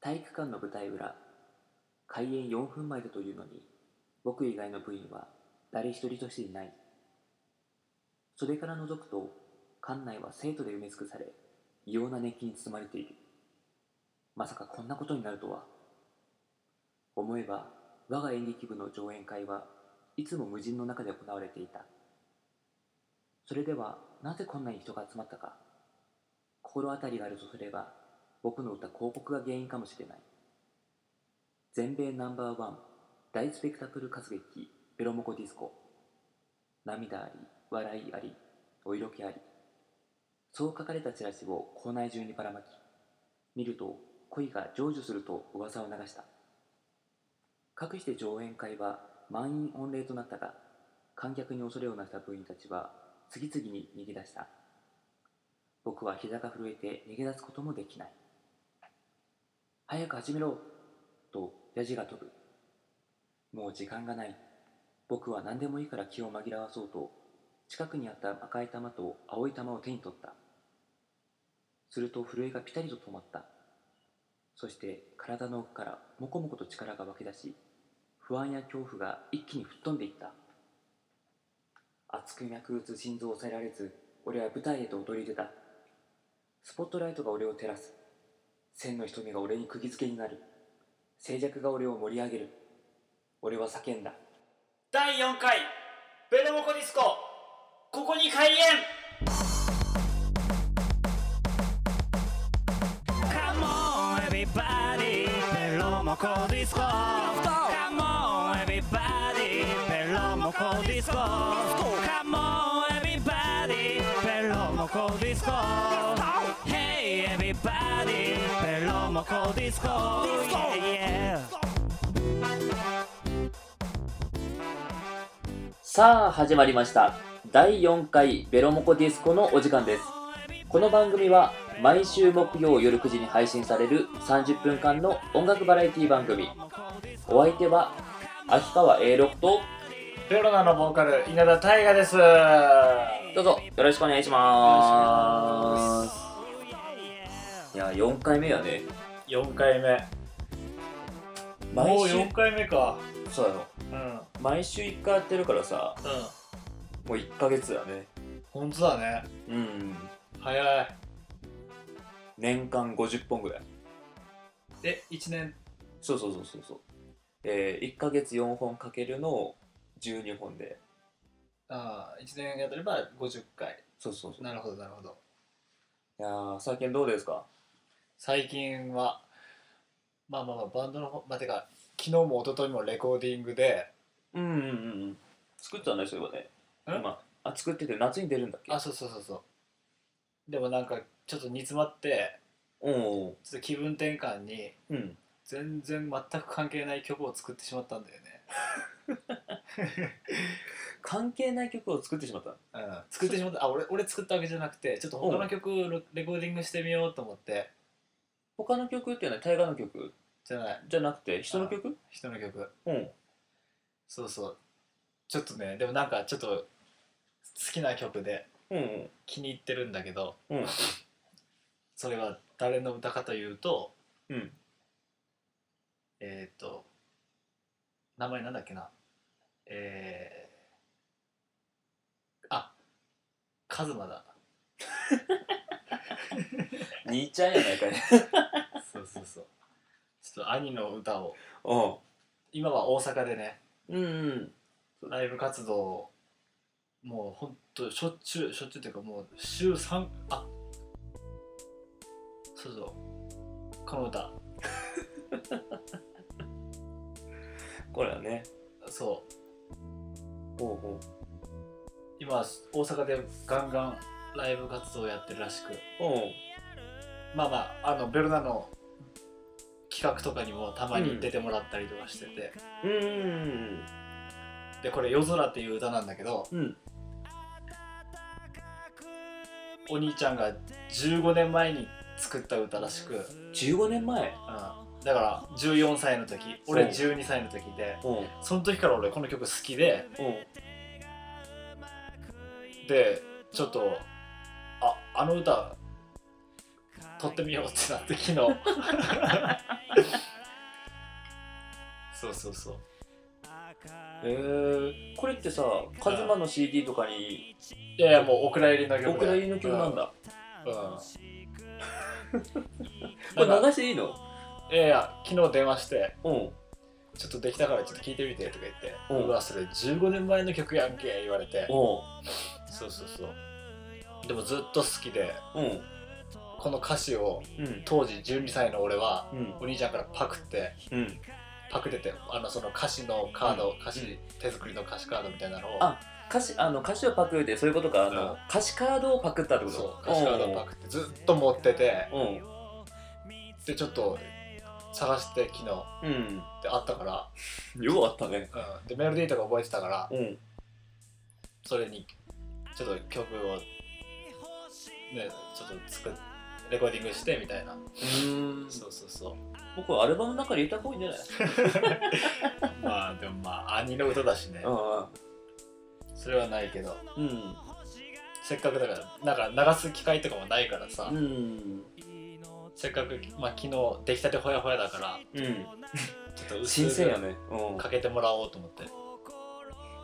体育館の舞台裏開演4分前だというのに僕以外の部員は誰一人としていない袖から覗くと館内は生徒で埋め尽くされ異様な熱気に包まれているまさかこんなことになるとは思えば我が演劇部の上演会はいつも無人の中で行われていたそれではなぜこんなに人が集まったか心当たりがあるとすれば僕の歌広告が原因かもしれない全米ナンバーワン大スペクタクル活劇ベロモコディスコ涙あり笑いありお色気ありそう書かれたチラシを校内中にばらまき見ると恋が成就すると噂を流したかくして上演会は満員御礼となったが観客に恐れをなした部員たちは次々に逃げ出した僕は膝が震えて逃げ出すこともできない早く始めろとヤジが飛ぶもう時間がない僕は何でもいいから気を紛らわそうと近くにあった赤い玉と青い玉を手に取ったすると震えがピタリと止まったそして体の奥からもこもこと力が湧き出し不安や恐怖が一気に吹っ飛んでいった熱く脈打つ心臓を抑えられず俺は舞台へと踊り出たスポットライトが俺を照らす千の瞳が俺に釘付けになる静寂が俺を盛り上げる俺は叫んだ第4回ベロモコディスコここに開演ベロモコディスコ Come on everybody ベロモコディスコ Come on everybody ベロモコディスコ Hey everybody ベロモコディスコ Yeah yeah さあ始まりました第4回ベロモコディスコのお時間ですこの番組は毎週木曜夜9時に配信される30分間の音楽バラエティ番組お相手は秋川 A6 とベロナのボーカル稲田大我ですどうぞよろしくお願いしますいや4回目やね4回目毎もう週4回目かそうやろうんうん毎週1回やってるからさもう1ヶ月やね本当だねうん早い年間50本ぐらいえ1年そうそうそうそうそうえー、1ヶ月4本かけるの12本でああ1年やってれば50回そうそうそうなるほどなるほどいやー最近どうですか最近はまあまあまあバンドの方まあてか昨日も一昨日もレコーディングでうんうんうん作ってたんですよねん今あ作ってて夏に出るんだっけあそうそうそうそうでもなんかちょっと煮詰まっておおちょっと気分転換にうん全然全く関係ない曲を作ってしまったんだよね関係ない曲を作ってしまったうん作ってしまったあ俺俺作ったわけじゃなくてちょっと他の曲をレレコーディングしてみようと思って他の曲っていうのは大河の曲じゃないじゃなくて人の曲人の曲うんそうそうちょっとねでもなんかちょっと好きな曲でうん気に入ってるんだけど、うんそれは誰の歌かというとうんえっ、と名前なんだっけなえー、あカズマだ兄ちゃんやないかいそうそうそうちょっと兄の歌を おう今は大阪でねうんうんライブ活動をもうほんとしょっちゅうしょっちゅうっていうかもう週3あそうそうこの歌これはねそうほうほ今大阪でガンガンライブ活動をやってるらしくうおうまあまああのベルナの企画とかにもたまに出てもらったりとかしてて、うんうんでこれ「夜空」っていう歌なんだけどうんうんお兄ちゃんが15年前に作った歌らしく、うん、 15年前だから14歳の時俺12歳の時でおうその時から俺この曲好きでおうでちょっとああの歌撮ってみようってなって昨日そうそうそうえー、これってさカズマの CD とかにいやいやもうお蔵入りの曲お蔵入りの曲なんだ、だ、う んうんこれなんか流していいのいやいや昨日電話してうん「ちょっとできたからちょっと聴いてみて」とか言って「ううんわそれ15年前の曲やんけ」言われておそうそうそうでもずっと好きでうんうんこの歌詞をうん当時12歳の俺はうんお兄ちゃんからパクってうんパクっててあのその歌詞のカード、歌詞手作りの歌詞カードみたいなのをあ歌詞あの歌詞をパクってそういうことかあの、うん歌詞カードをパクったってことそう歌詞カードをパクってずっと持っててうんでちょっと探して昨日うん、であったから、うん、ようあったねうん、でメロディーとか覚えてたからうんそれにちょっと曲をねちょっと作っレコーディングしてみたいな、うんそうそうそう僕はアルバムの中で歌っぽいんじゃないまあでもまあ兄の歌だしねそれはないけどうんせっかくだからなんか流す機会とかもないからさ、うんせっかく、まあ、昨日出来たてほやほやだからうんちょっと薄新鮮やくねかけてもらおうと思って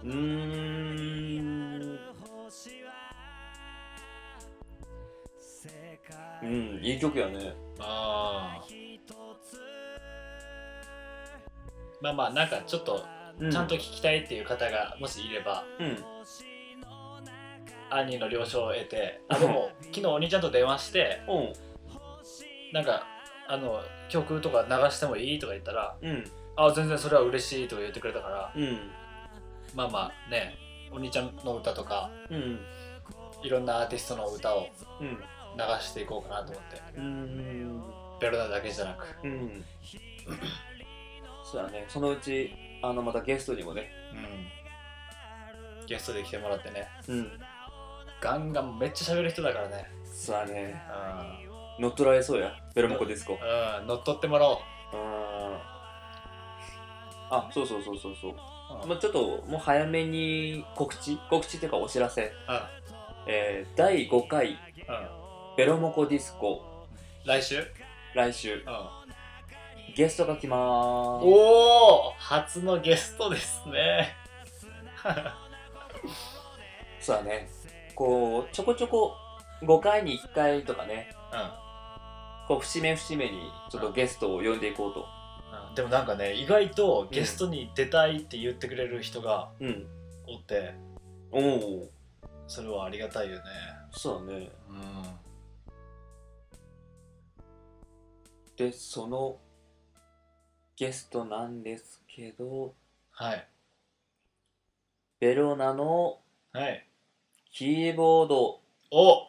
うんうーんうんいい曲やねああまあまあなんかちょっとちゃんと聞きたいっていう方がもしいれば、うん兄の了承を得てあでも昨日お兄ちゃんと電話してうんなんかあの曲とか流してもいいとか言ったらうんあ全然それは嬉しいとか言ってくれたからうんまあまあねお兄ちゃんの歌とかうんいろんなアーティストの歌をうん流していこうかなと思ってうんベロナだけじゃなくうんそうやねそのうちあのまたゲストにもねうんゲストで来てもらってねうんガンガンめっちゃ喋る人だからねそうやねう乗っ取られそうやベロモコディスコん、うん、乗っ取ってもらおう、うんあそうそうそうそうそううんまあ、ちょっともう早めに告知告知というかお知らせ、うえー第5回んうんベロモコディスコ来週、うん、来週ゲストが来まーすおお初のゲストです ねそうだねこうちょこちょこ5回に1回とかねうこう節目節目にちょっとゲストを呼んでいこうとん、うん、でもなんかね意外とゲストに出たいって言ってくれる人がうんおっておおそれはありがたいよねそうだねうんでそのゲストなんですけどはいベロナのはいキーボードお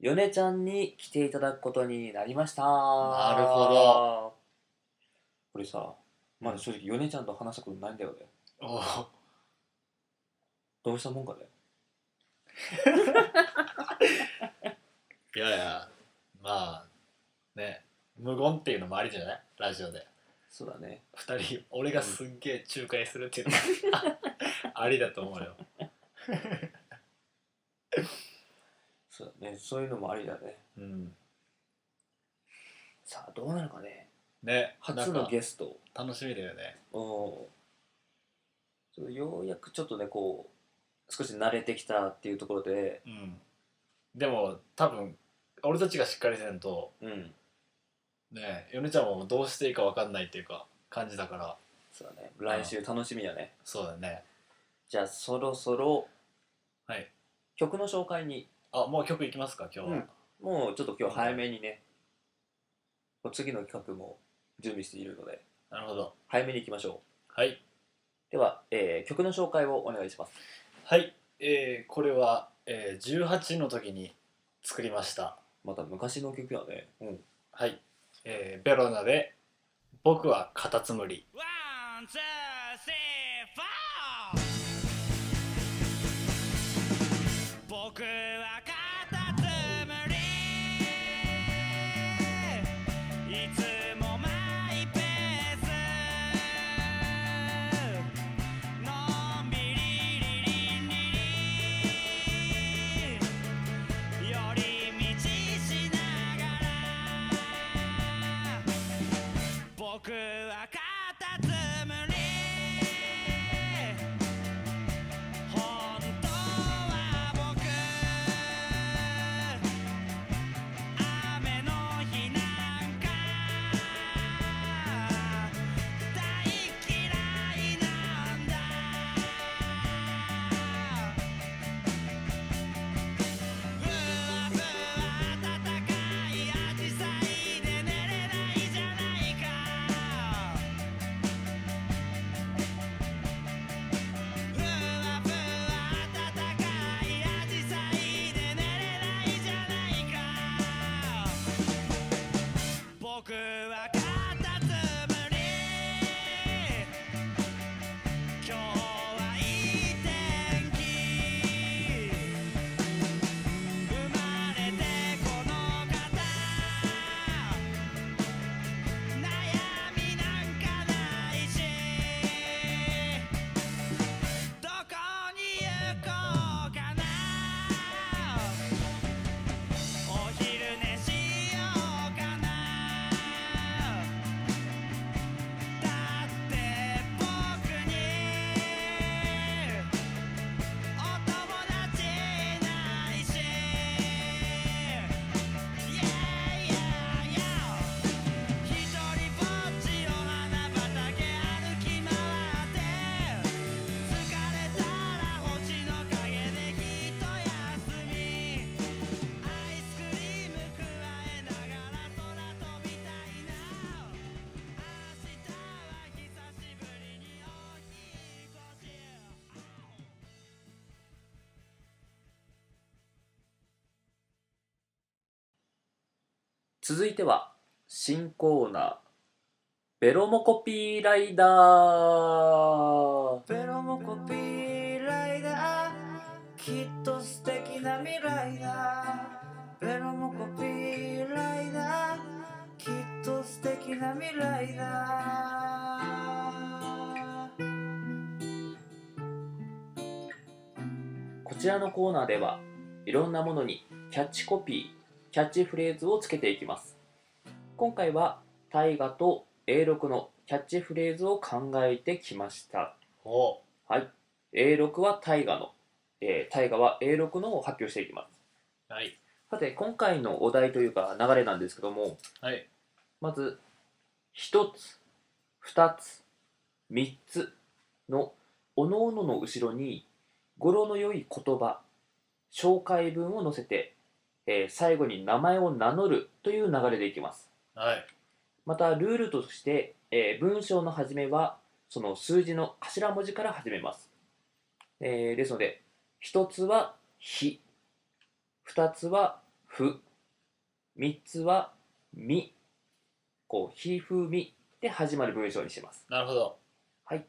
ヨネちゃんに来ていただくことになりましたなるほどこれさまだ正直ヨネちゃんと話したことないんだよねおどうしたもんかねいやいやまあね無言っていうのもありじゃないラジオでそうだね2人俺がすっげえ仲介するっていうのも ありだと思うよそうだねそういうのもありだねうんさあどうなるかねね初なのんかゲスト楽しみだよねおちょっとようやくちょっとねこう少し慣れてきたっていうところでうんでも多分俺たちがしっかりせんとうんねヨネちゃんもどうしていいか分かんないっていうか感じだからそうだね来週楽しみだねそうだねじゃあそろそろはい曲の紹介にあもう曲いきますか今日は、うんもうちょっと今日早めにね、もう次の企画も準備しているので、なるほど早めに行きましょはい、う。では、えー曲の紹介をお願いします。はいえーこれは、えー18の時に作りましたまた昔の曲やね。うん。はい、えーベロナで「僕はカタツムリ」 One, two, three, four. 僕はカタツムリいつもマイペースのんびりりりんりり寄り道しながら僕は片つむり今日はいい天気生まれてこの方悩みなんかないしどこに行こうかなお昼寝しようかなだって僕にお友達いないし Yeah, yeah, yeah ひとりぼっちの花畑歩き回って疲れたら星の陰でひと休みアイスクリームくわえながら空飛びたいな明日は久しぶりにお引っ越し続いては新コーナーベロモコピーライダーベロモコピーライダーきっと素敵な未来だベロモコピーライダーきっと素敵な未来だこちらのコーナーではいろんなものにキャッチコピーキャッチフレーズをつけていきます今回は大河と A6 のキャッチフレーズを考えてきましたおはい。A6 は大河の、えー、大河は A6 のを発表していきます。はいさて、今回のお題というか流れなんですけども、はいまず、一つ、二つ、三つの、おのおのの後ろに、語呂の良い言葉、紹介文を載せて、えー最後に名前を名乗るという流れでいきます。はいまた、ルールとして、えー文章の始めは、その数字の頭文字から始めます。えーですので、一つは、ひ、二つは、ふ、三つは、み、こう、ひ、ふ、みで始まる文章にします。なるほどはい。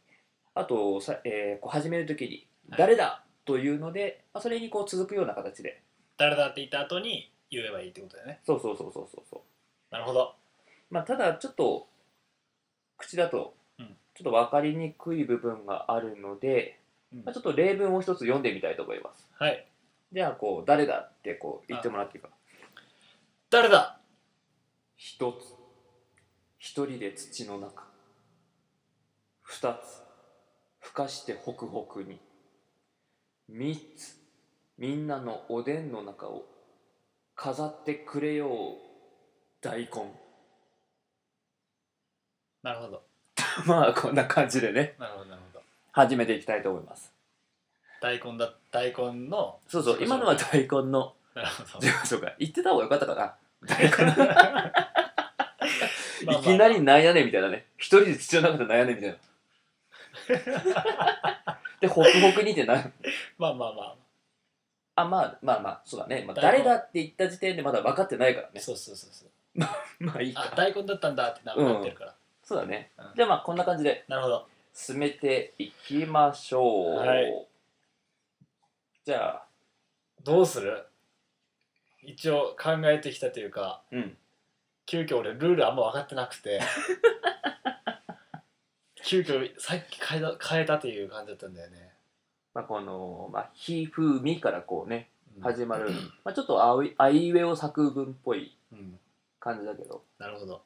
あと、さえーこう始めるときに、はい誰だというので、まあ、それにこう続くような形で。誰だって言った後に言えばいいってことだよねそうそうそうそうそうそう。なるほどまあ、ただちょっと口だとうんちょっと分かりにくい部分があるので、うんまあ、ちょっと例文を一つ読んでみたいと思いますはいじゃあこう誰だってこう言ってもらっていいか誰だ一つ一人で土の中二つふかしてホクホクに三つみんなのおでんの中を飾ってくれよう大根 なるほどまあこんな感じでねなるほどなるほど始めていきたいと思います大根だ大根のそうそう、今のは大根のなるほど自己紹介。言ってた方がよかったかな。大根まあまあまあいきなりなんやねんみたいなね。一人で土の中でなんやねん みたいな。で、ホクホクにってな。まあまあまああ、まあまあまあ、そうだね。まあ、大誰根だって言った時点でまだ分かってないからね。そうそうそうそう まあいいあか。大根だったんだってななってるから、そうだねうん。じゃあまあこんな感じでなるほど進めていきましょう。はいじゃあ、どうする一応考えてきたというかうん。急遽俺ルールあんま分かってなくて 急遽さっき変えた変えたという感じだったんだよね、まあこの、まあ、ひふみからこうね、うん始まる、まあ、ちょっとあういあいうえお作文っぽいうん感じだけどなるほど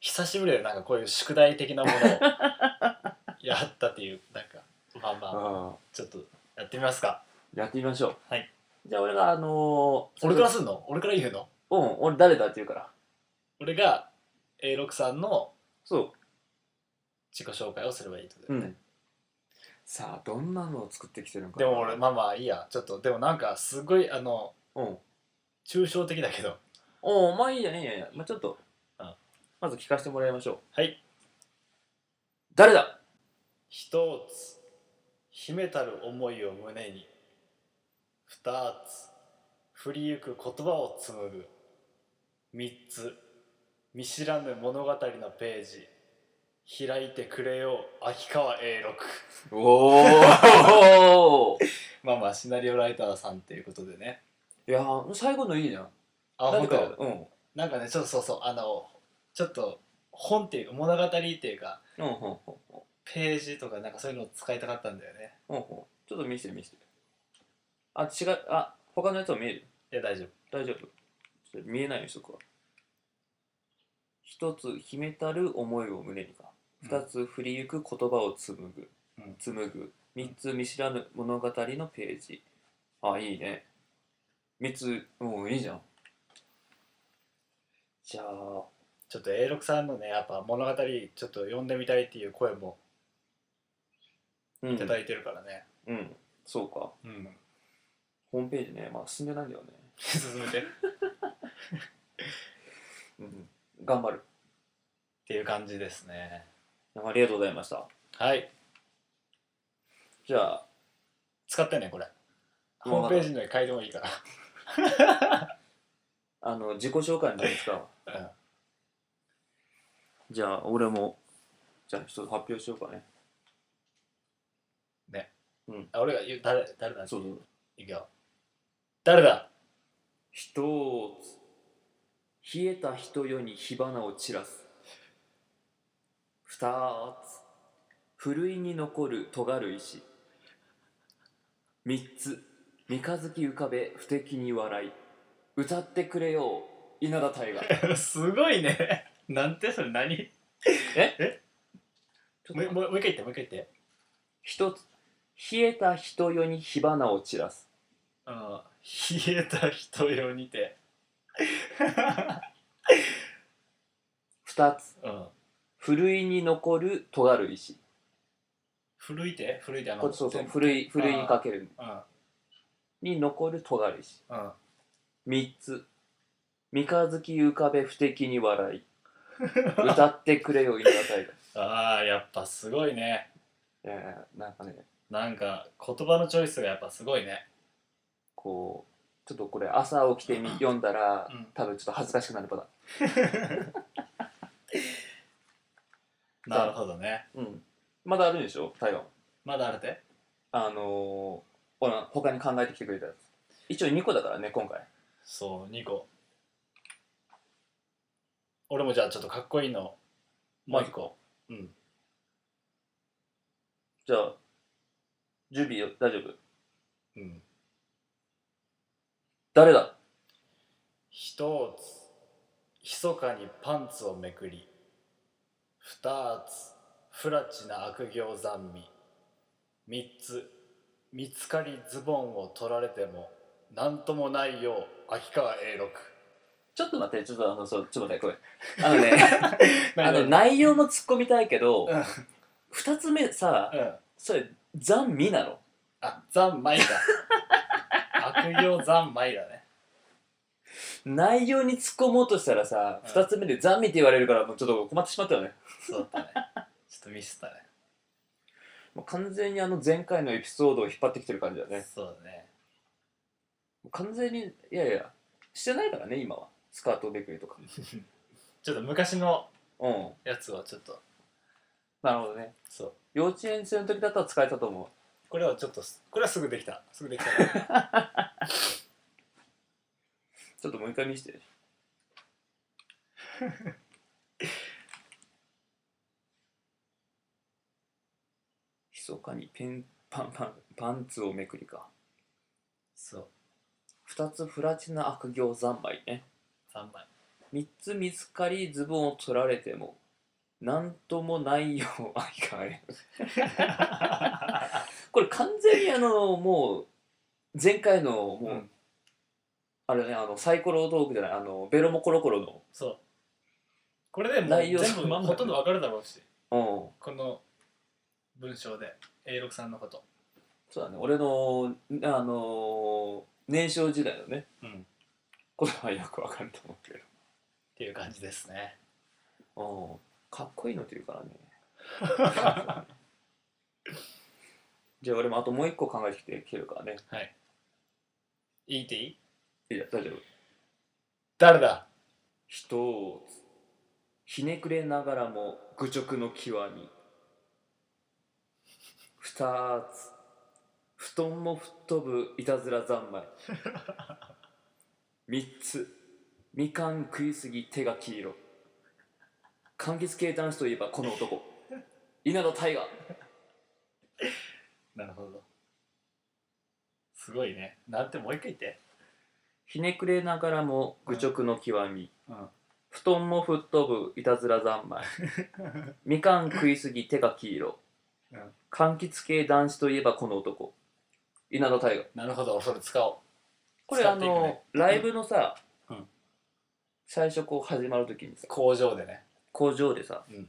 久しぶりでなんかこういう宿題的なもの をやったっていうなんかまあまあちょっとやってみますかやってみましょう、はい、じゃあ俺があのー、俺から最初すんの俺から言うのうん俺誰だって言うから俺が A6 さんのそ自己紹介をすればいいってことう、だうよね、ん、さあどんなのを作ってきてるのかでも俺まあまあいいやちょっとでもなんかすごいあのうん抽象的だけどおおまあいいじゃねえや、まあ、ちょっと、うんまず聞かせてもらいましょうはい誰だ一つ秘めたる思いを胸に二つ降りゆく言葉を紡ぐ三つ見知らぬ物語のページ開いてくれよ秋川永六おお まあまあシナリオライターさんっていうことでねいやー最後のいいじゃんあなん本か当なんかねちょっとそうそうあのちょっと本っていうか物語っていうかうんうんうんうんページとかなんかそういうのを使いたかったんだよねうんうんちょっと見せて見せてあ違うあ他のやつは見えるいや大丈夫大丈夫ちょっと見えないようにしとくわ一つ秘めたる思いを胸にか二つ振りゆく言葉を紡ぐ、うん紡ぐ三つ見知らぬ物語のページあいいね三つもうんいいじゃんじゃあちょっと永六さんのねやっぱ物語ちょっと読んでみたいっていう声もうんいただいてるからねうんそうか うん、ホームページねまあ進んでないんだよね進めてっうん頑張るていう感じですねありがとうございましたはいじゃあ使ってねこれ今ホームページの書いてもいいからあの自己紹介の時に使うわうんじゃあ俺もじゃあ一つ発表しようかねあ俺が言う誰誰だそうそういくよ誰だ 一つ冷えた人よに火花を散らす二つふるいに残る尖る石三つ三日月浮かべ不敵に笑い歌ってくれよ稲田大我 すごいねなんてそれ何ちょっとも待うってもうもう一回言ってもう一回言って一つ冷えた人よに火花を散らすあ冷えた人用にて二つうんふるいに残る尖る石古いて古いてあのこっちそうそう全部ふるいふるいにかけるうんに残る尖る石うん三つ三日月浮かべ不敵に笑 い歌ってくれよ稲田大ああやっぱすごいね我いやなんかねなんか言葉のチョイスがやっぱすごいねこうちょっとこれ朝起きてみ読んだら、うん多分ちょっと恥ずかしくなるパタなるほどねーンうんまだあるんでしょ台湾まだあるてあのー、ほら他に考えてきてくれたやつ一応2個だからね今回そう2個俺もじゃあちょっとかっこいいのもう1個うんじゃあ準備よ大丈夫うん誰だ一つ密かにパンツをめくり二つ不らちな悪行残味三つ見つかりズボンを取られても何ともないよう秋川永 六ちょっと待ってちょっとあのそうちょっと待ってこれ あのねあの内容も突っ込みたいけどうん2つ目さうんそれ残味なのあ、三 昧だ。悪行三昧だね。内容に突っ込もうとしたらさ、うん二2つ目で「残味」って言われるからもうちょっと困ってしまったよねそう だね。ちょっとミスったね。もう完全にあの前回のエピソードを引っ張ってきてる感じだねそうだね。もう完全にいやいやしてないからね今はスカートめくりとかちょっと昔のうんやつをちょっと、なるほどねそう。幼稚園生の時だったら使えたと思うこれはちょっとす、これはすぐできた。すぐできたから。ちょっともう一回見せて密かにペンパンパンパンツをめくりか そう。二つ不らちな悪行三昧ね三昧。三つ見つかりズボンを取られてもなんともないようあいかれこれ完全にあのもう前回のもう、うんあれねあのサイコロトークじゃないあのベロモコロコロのそう。これでもう内全容その部、まんまほとんどわかるだろうし、うんこの文章で、A6 さんのこと。そうだね俺のあの年少時代のねうん。っことはよくわかると思うけていう感じですね。ど、うん、かっこいいのって言うからね じゃあ俺もあともう一個考えてきてきてるからねはい。言いていいいや大丈夫誰だ一つひねくれながらも愚直の極み二つ布団も吹っ飛ぶいたずら三昧三つみかん食いすぎ手が黄色柑橘系男子といえばこの男稲田大我なるほどすごいねなんてもう一回言ってひねくれながらも愚直の極みうん布団も吹っ飛ぶいたずら三 昧みかん食いすぎ手が黄色うん柑橘系男子といえばこの男稲田大我なるほどそれ使おうこれ使あっていくねのライブのさ、うん最初こう始まる時にさ工場でね工場でさ、うん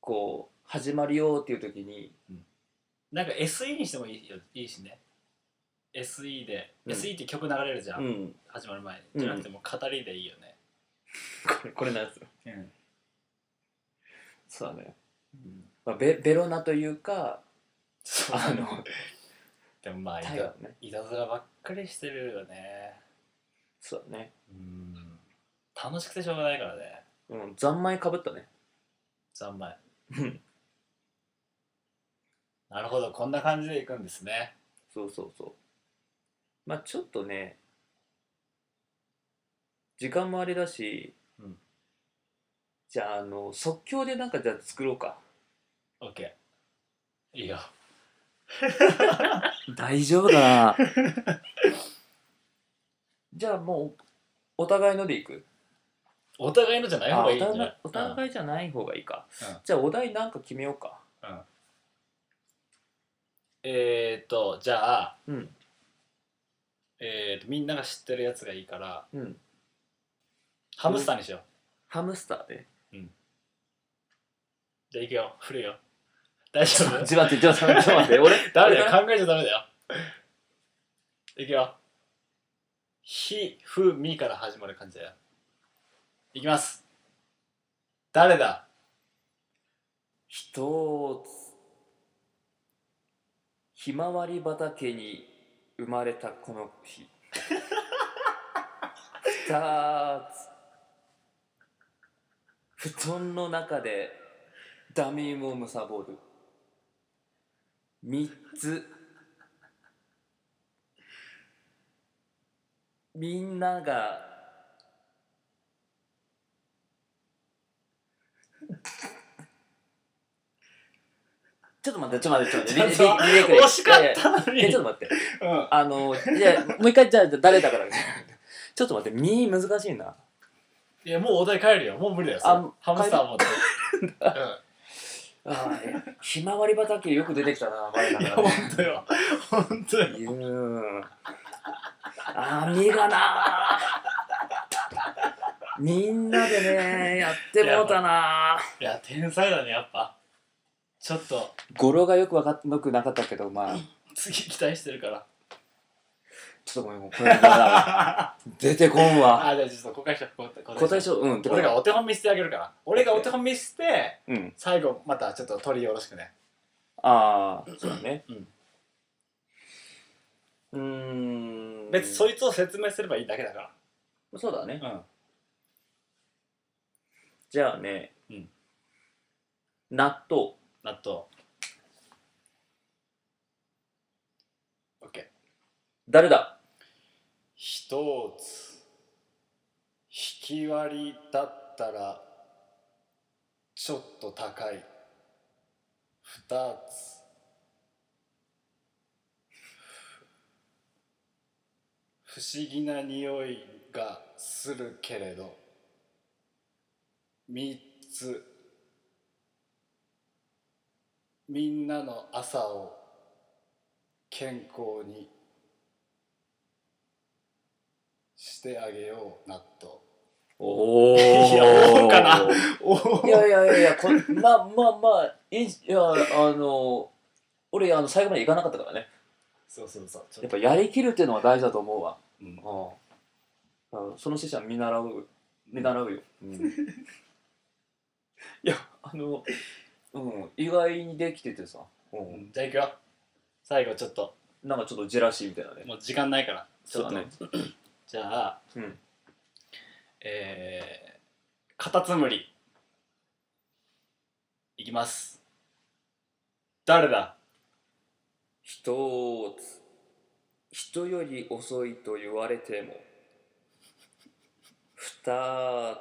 こう始まるよっていう時になんか SE にしてもいいよいいしね SE で、うん SE って曲流れるじゃん、うん始まる前にじゃなくてもう語りでいいよねこれこれなんですようん、そうだね、まあ、ベベロナというかそうあのでもまあいた大我ねいたずらばっかりしてるよねそうだねうん楽しくてしょうがないからねうん三昧かぶったね残 枚うんなるほどこんな感じでいくんですねそうそうそうまあちょっとね時間もあれだし、うんじゃああの即興でなんかじゃあ作ろうか OK いいよ大丈夫だな じゃあもうお互いのでいくお互いのじゃないあ方がおいいんじゃな互いいお互いじゃない方がいいか、うんじゃあお題なんか決めようかえー、っとじゃあ、うんえー、っとみんなが知ってるやつがいいからうんハムスターにしよう、ハムスターでじゃあいくよ振るよ大丈 夫ちょっと待ってちょっと待ってちょっと待って俺ダメだ俺よ考えちゃダメだよいくよ「ひ」「ふ」「み」から始まる感じだよいきます誰だ 一つひまわり畑に生まれたこの日二つ布団の中でダミーをむさぼる三つみんながちょっと待ってちょっと待って ちょっと待ってリリリリレイク惜しかっいやいやたのにえちょっと待ってうんあの、いや、もう一回、じゃあ、じゃあ誰だから、ね、ちょっと待って、み難しいな。いやもうお題変えるよもう無理だよあそれハムスターもううああ、いやひまわり畑よく出てきたな、前だんいやから、本ね。当よ本当よいやーあー、みがなーみんなでね、やってもうたないや天才だねやっぱちょっと語呂がよくわかっよくなかったけど、まあ、次期待してるからちょっとごめん、 もうこれやだわ出てこんわ。あじゃあちょっと公開しよう答えしよう、うん、俺がお手本見せてあげるから俺がお手本見せてうん。最後またちょっと取りよろしくねああ、そうだね。うんうーん。別にそいつを説明すればいいだけだかそうだね。らうんじゃあね、うん納豆納豆 OK 誰だ一つ引き割りだったらちょっと高い二つ不思議な匂いがするけれど三つみんなの朝を健康にしてあげよう納豆おおいいや思うかな おいやいやいやいやこ まあまあまあいいいやあの俺あの最後までいかなかったからねそうそうそうちょやっっと、ぱやりきるっていうのは大事だと思うわうんうんその師匠は見習う見習うよ、 いやあのうん意外にできててさ、う、うんんじゃあいくよ最後ちょっとなんかちょっとジェラシーみたいなねもう時間ないからちょっと、そうだねじゃあうんえー、カタツムリきます誰だ一つ人より遅いと言われても二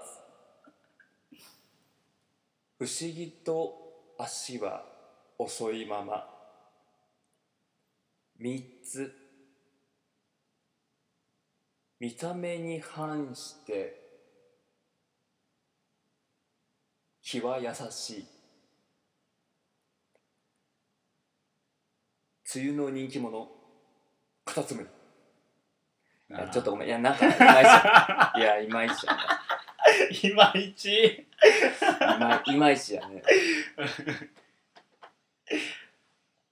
つ不思議と足は遅いまま三つ見た目に反して気は優しい梅雨の人気者カタツムリいやちょっとごめんいやなんかいまいちやいやいまいちやねいまいちいまいまいちやね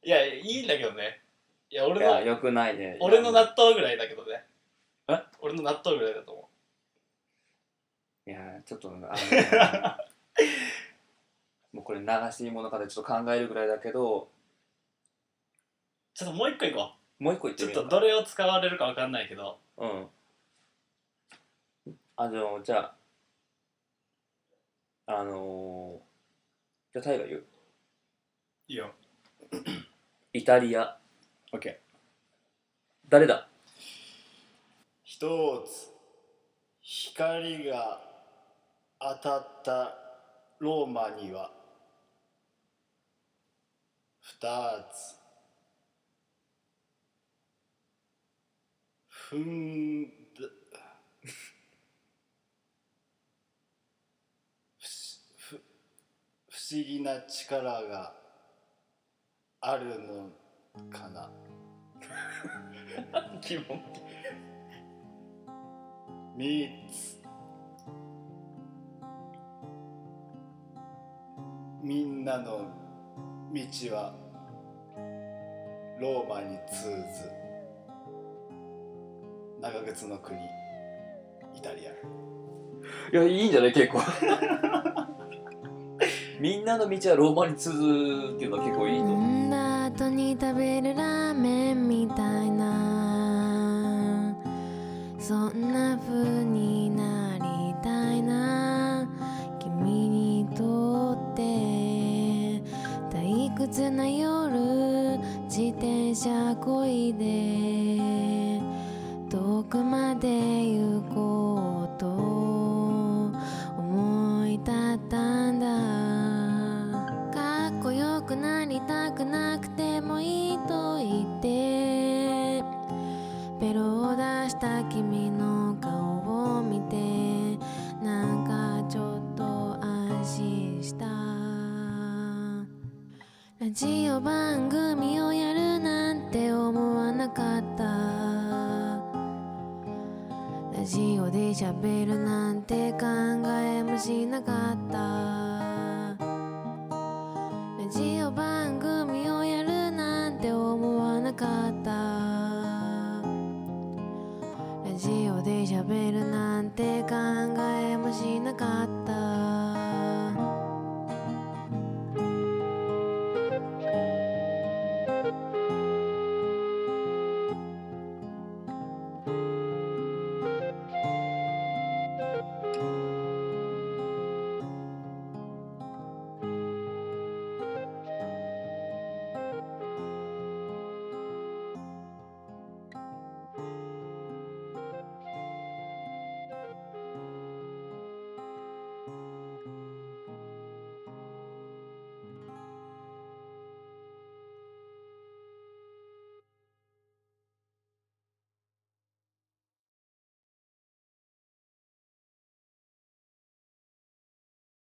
いやいいんだけどねいやい俺やのよくないね俺のな納豆ぐらいだけどねえ俺の納豆ぐらいだと思いやちょっとあのね もうこれ流し物かでちょっと考えるぐらいだけどうちょっともう一個いこもう一個言っうちてょみよっとうどかれを使われるかわかんないけどうんあのじゃああのー、じゃあタイが言ういいよイタリア OK 誰だ一つ光が当たったローマには二つふんだ不思ふ不思議な力があるのかな疑問三つみんなの道はローマに通ず長靴の国イタリアいや、いいんじゃない結構。 みんなの道はローマに通ずっていうのは結構いいと思う。飲んだ後に食べるラーメンみたいなそんな風になりたいな君にとって退屈な夜自転車こいで遠くまで行こうと思い立ったんだかっこよくなりたくなくてもいいと言ってベロを出した君の顔を見てなんかちょっと安心したラジオ番組をやるなんて思わなかったラジオで喋るなんて考えもしなかったラジオ番組をやるなんて思わなかったラジオで喋るなんて考えもしなかっ